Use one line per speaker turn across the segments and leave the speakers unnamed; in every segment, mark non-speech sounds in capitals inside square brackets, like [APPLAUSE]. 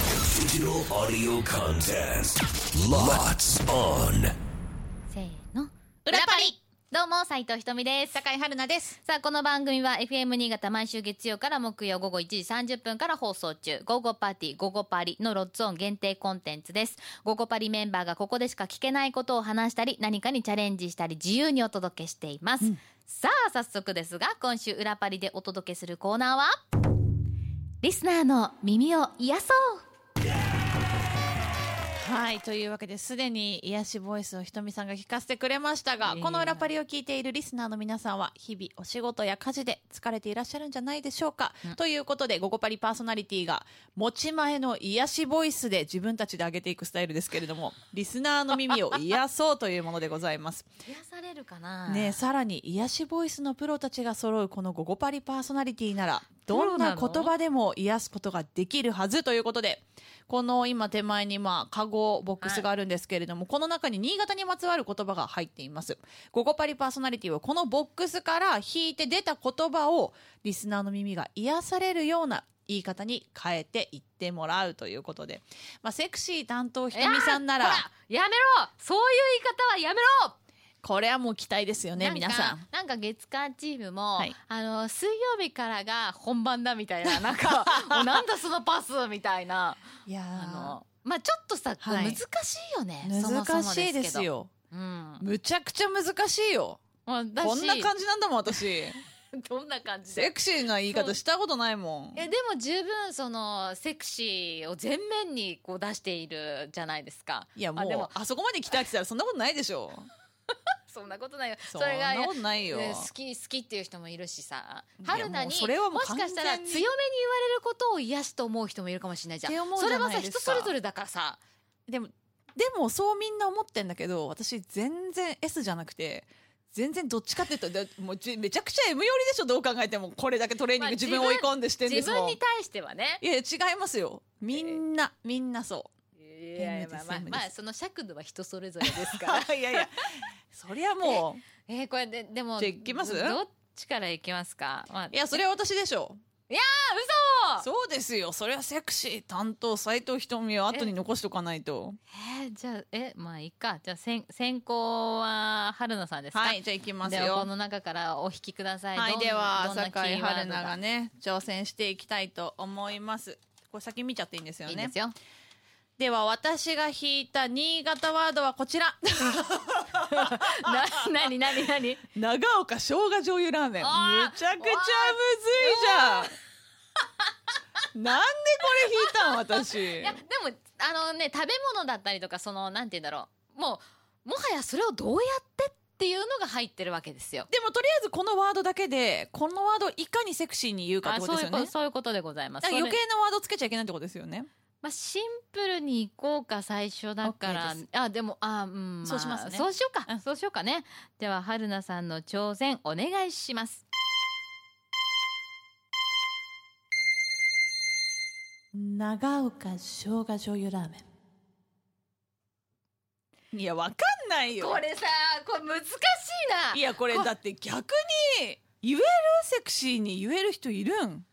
Digital audio contest. Lots on.
せーの裏パリどうも斉藤ひとみです
高井春菜です。
さあこの番組は FM 新潟毎週月曜から木曜午後1時30分から放送中「午後パーティー午後パリ」のロッツオン限定コンテンツです午後パリメンバーがここでしか聞けないことを話したり何かにチャレンジしたり自由にお届けしています、さあ早速ですが今週裏パリでお届けするコーナーはリスナーの耳を癒そう
はい、というわけですでに癒しボイスをひとみさんが聞かせてくれましたが、
いやいや
この裏パリを聞いているリスナーの皆さんは、日々お仕事や家事で疲れていらっしゃるんじゃないでしょうか。ということで、ゴゴパリパーソナリティが、持ち前の癒しボイスで自分たちで上げていくスタイルですけれども、リスナーの耳を癒そうというものでございます。
癒されるかな
ねえさらに癒しボイスのプロたちが揃うこの「ゴゴパリ」パーソナリティならどん
プロな
な
の
言葉でも癒すことができるはずということでこの今手前にまあカゴボックスがあるんですけれども、この中に新潟にまつわる言葉が入っています「ゴゴパリ」パーソナリティはこのボックスから引いて出た言葉をリスナーの耳が癒されるような言い方に変えていってもらうということで、まあ、セクシー担当ひとみさんなら
いやーほやめろそういう言い方はやめろ
これはもう期待ですよね
なんか
皆さん。
なんか月間チームも、
はい
あの水曜日からが本番だみたいな [LAUGHS] なんかおなんだそのパスみたいない
やー
あのまあちょっとさ、こう
はい
難しいよねそもそも
難しいで
けど
す、よ。
うん、ま
むちゃくちゃ難しいよ。
あだし
こんな感じなんだもん、私。
どんな感じで
セクシーな言い方したことないもん。
えでも十分そのセクシーを全面にこう出しているじゃないですか
いや、
あで
もう
も、
あそこまで来たってたらそんなことないでしょ。
そんなことないよ
そ
そ
ん
れが
なことないよ。
ね好き好きっていう人もいるしさ
いや
春菜
も
に
うそれはもう
もしかしたら
完
強め
全に
に言われることを癒しと思う人もいるかもしれないじゃん
って思う
そ
じ
れ
ゃ
は
な
さ
いです
人
か
それぞれだからさ
でも、でもそうみんな思ってんだけど、私全然 S じゃなくて、全然どっちかって言ったら、だもうじめちゃくちゃ M 寄りでしょ、どう考えても。これだけトレーニン
まあ
グ自分追い込んでしてんで
自
すも
分
ん。
に対してはね
いやいや、違いますよ。みんな、みんなそう。
いやいや
変で
まあ
す
まあ
変で
ますあその尺度は人それぞれですから
[LAUGHS] いやいや、そりゃもう。
えーこれででも
じゃあ行きます
どどっちからいきますかまあ
いや、それは私でしょ。
いやー嘘
そうですよ。それはセクシー担当、斎藤瞳を後に残しとかないと。
えーじゃあえまあいいかじゃあ先先行は春菜さんですか
はい、じゃあ行きます
ではこ
よ。
の中からお引きください
はい、
どん
では
ど、んなキ
坂井
ーワード
春菜がね、挑戦していきたいと思います。これ先見ちゃっていいんですよ
いい
ね。
んですよ
では、私が引いた新潟ワードはこちら。
な、 [LAUGHS] なになになに
長岡生姜醤油ラーメン。
あー
むちゃくちゃむずいじゃん。なんでこれ引い
い
た
や、
ん
で
私。
も、あのね、食べ物だったりとか、その、なんて言うんだろう。もう、もはやそれをどうやってっていうのが入ってるわけですよ。
でも、とりあえずこのワードだけで、このワードをいかにセクシーに言うかって
あ
こと
そう
で
い
すよ
うこ
ね
と、。そういうことでございます。
だから余
それ
計なワードつけちゃいけないってことですよね。
まあ、シンプルにいこうか、最初だから。
OK で
あ、でも、あ、うん、あ
そうしますね
そうしよう
う
か。
ん
そうしようかね。では、春菜さんの挑戦、お願いします。
長岡生姜醤油ラーメン。いや、わかんないよ。
これさ、これ難しいない
や、これだって逆に、言えるセクシーに言える人いるん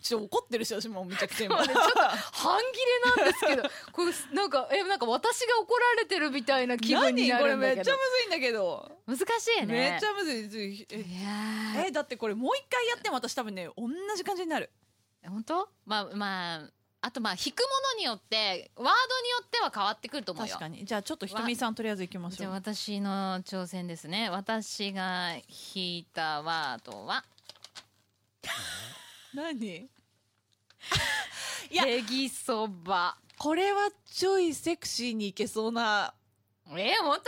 ちょっと怒ってるし、私もうめちゃくちゃ今。
そうねちょっ半切れなんですけ
[LAUGHS]
ど、これ、なんか、え、なんか私が怒られてるみたいな気分に
何
な
これ
るん
め
だ
っちゃ
け
む
ど
ず。いんだけど。
難しいね。
めっちゃむずい。え
いや
え、だってこれもう一回やっても私多分ね、同じ感じになる。
ー本当まあまああとまあ引くものによってワードによっては変わってくると思うよ
確かに。じゃあちょっとひとみさんとりあえず行きまし
じゃ
ょ
あ
う。
私の挑戦ですね私が引いたワードは
何いや
ネギそば
これはちょいセクシーにいけそうな
えー、本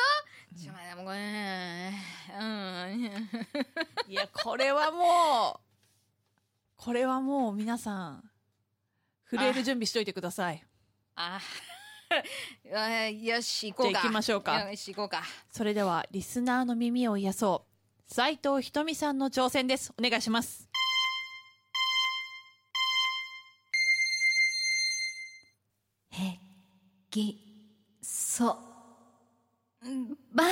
当ちょまあもうねうん
いや、これはもう、これはもう皆さん、震える準備しといてください。
あ [LAUGHS] えーよし行こう
じ
か
ゃあ行きましょうか
よし行こうか
それでは、リスナーの耳を癒そう。斉藤ひとみさんの挑戦です。お願いします。
へぎそば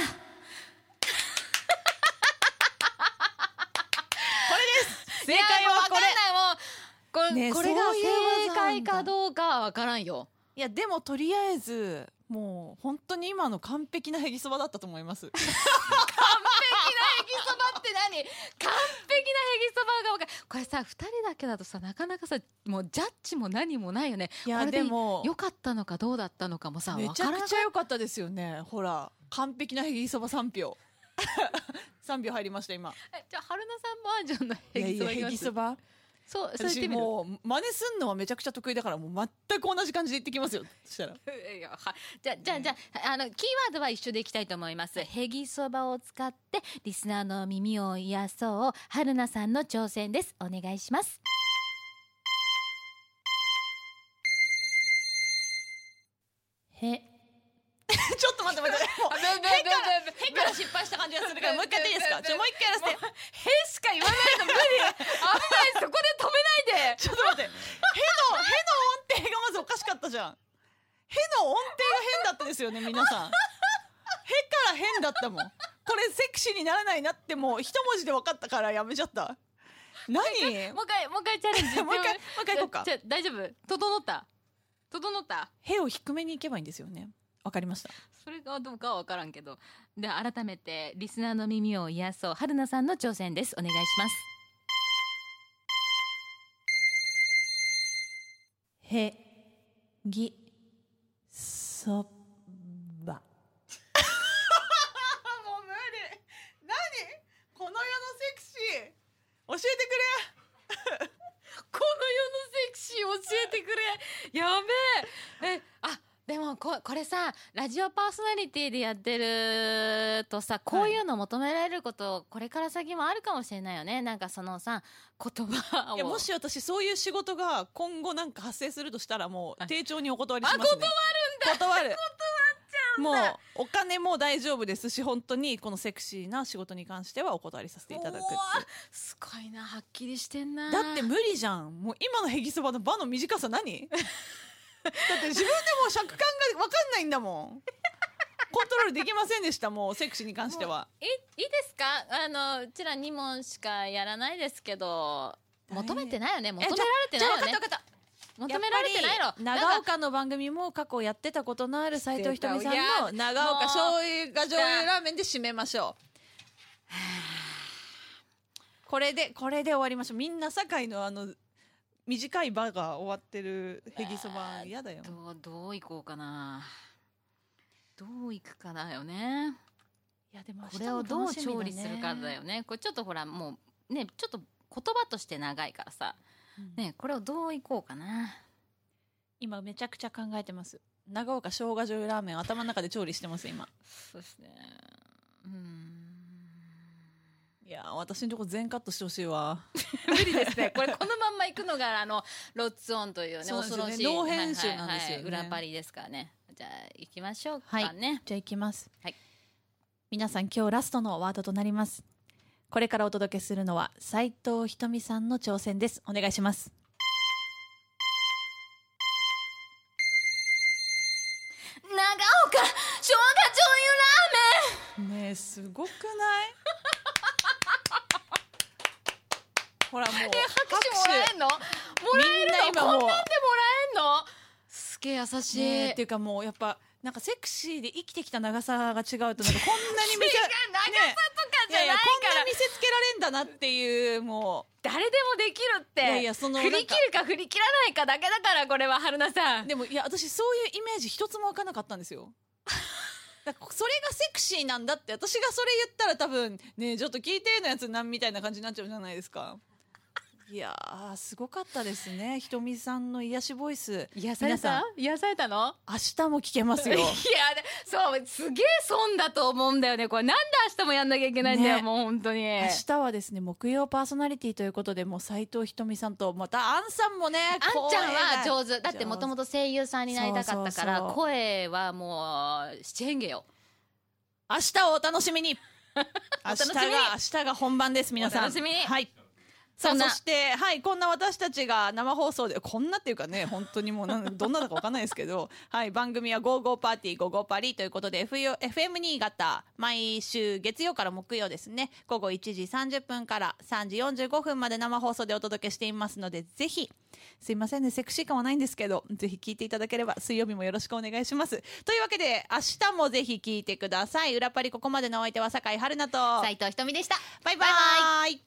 正解はこ
れないもうこれ,、
ねえ
これが
そういう技なんだ
正解かどうかは分からんよ
いやでもとりあえずもう本当に今の完璧なへぎそばだったと思います
ヘギそばって何完璧なヘギそばが分かるこれさ2人だけだとさなかなかさもうジャッジも何もないよね
いや
これ
でも
良かったのかどうだったのかもさ
め
分
ちゃ
からな
く
い
ちゃ良かったですよねほら完璧なへぎそば3票 [LAUGHS] 3票入りました今
じゃあ春菜さんバージョンのヘギそばいきます
ば
そうそうやって
私
みる
もう真似すんのはめちゃくちゃ得意だからもう全く同じ感じで言ってきますよそしたら [LAUGHS]
いやはじゃあ、じゃあ、じゃあ、あの、キーワードは一緒でいきたいと思います。へぎそばを使って、リスナーの耳を癒そう、春菜さんの挑戦です。お願いします。へ、
ちょっと待って待って。も
あ
う
ブーブーブーブー
変から変から失敗した感じがするからもう一回やっていいですか。ちょもう一回やらせて。
へしか言わないと無理危ない、そこで止めないで
ちょっと待って。へのへの音程がまずおかしかったじゃん。への音程が変だったですよね皆さん。へから変だったもん。これセクシーにならないなってもう一文字で分かったからやめちゃった。何？
もう一回、もう一回チャレンジ
もう一回もう一回行こうか
じゃあじゃあ大丈夫整った整った
へを低めにいけばいいんですよね。わかりました。
それがどうかは分からんけど。で、改めて、リスナーの耳を癒そう、春菜さんの挑戦です。お願いします。
へぎ [LAUGHS] そばもう無理何この世のセクシー教えて
この世のセクシー教えてくれやべええ、あ、でもこ、これさ、ラジオパーソナリティでやってるとさ、こういうの求められること、これから先もあるかもしれないよね。なんかそのさ、言葉
く
を。
れいやもし私そういう仕事が今後なんか発生するとしたらもう
はい
丁重にお断りしますねあ断るんだ断る断っちゃうんだもうお金も大丈夫ですし本当にこのセクシーな仕事に関してはお断りさせていただくっていう
おーすごいな、はっきりしてんな。
だって無理じゃん。もう今のヘギそばの場の短さ何だって自分でもう尺感が分かんないん
[LAUGHS]
だもん。コントロールできませんでした、もうセクシーに関しては。
いいいですかあのうちら2問しかやらないですけど求めてないよね求められてないよね
かった。
求められてないの
長岡の番組も過去やってたことのある斎藤ひとみさん
いや
の長岡
もう
醤油が醤油ラーメンで締めましょう。これで、これで終わりましょう。みんな堺のあの、短い場が終わってるヘギそば、嫌だよ。
どうどういこうかなどういくかだよね
いや、でも
これをどう調理するかだよ
ね。
ねこれちょっとほらもうねちょっと言葉として長いからさねこれをどういこうかな
今めちゃくちゃ考えてます長岡生姜醤油ラーメン頭の中で調理してます今
そうですねうん
いやー私のとこ全カットしてほしい [LAUGHS] わ、
無理ですね。
[LAUGHS]
これこのまんま行くのがあのロッツオンというね
そうなんです
恐
よ
ろしい
ねノー編集なんで
はい
すよね
はいはい裏パリですからね。じゃあ行きましょうかね。
じゃあいきます、
はい、
皆さん今日ラストのワードとなりますこれからお届けするのは斉藤ひとみさんの挑戦ですお願いします
長岡生姜醤
ねえすごく [LAUGHS] ないほらもう
油ラーメン。拍手もらえんの？もらえるの？
みんな今もう
こんなんでもらえんの？すげえ優しい。
ねえっていうかもうやっぱなんかセクシーで生きてきた長さが違うとなんかこんなに見せ
違う長さとかじゃない
ややこん
か
な
ら
見せつけられんだなっていうも
誰でもできる [LAUGHS] って
いやいやその
振り切るか振り切らないかだけだからこれは春菜さ
うんでもいや私そういうイメージ一つもわかんなかったんですよだからそれがセクシーなんだって私がそれ言ったら多分ねえちょっと聞いてのやつなんみたいな感じになっちゃうじゃないですかいやーすごかったですねひとみさんの癒しボイス
癒され
皆さん
た癒されたの
明日も聞けますよ
いやそうすげえ損だと思うんだよねこれなんで明日もやんなきゃいけないんだよ、
ね
もう本当に
明日はですね木曜パーソナリティということでもう斎藤ひとみさんとまたあんさんもねあ
あんちゃんは上手だってもともと声優さんになりたかったから
そうそうそう
声はもう七変化よ
明
[LAUGHS]
日をお楽しみに明
楽し
日
み
が
に
明日が本番です皆さん
お楽しみに
はいさ
そ
あ
んな
そして、はい、こんな私たちが生放送でこんなっていうかね本当にもうなんどんなだかわかんないですけど、はい、番組は「ゴーゴーパーティーゴーゴーパリ」ということで FU FM 新潟毎週月曜から木曜ですね午後1時30分から3時45分まで生放送でお届けしていますのでぜひすいませんねセクシー感はないんですけどぜひ聞いていただければ水曜日もよろしくお願いしますというわけで明日もぜひ聞いてください裏パリここまでのお相手は酒井春菜と
斉藤ひとみでした
バイバイ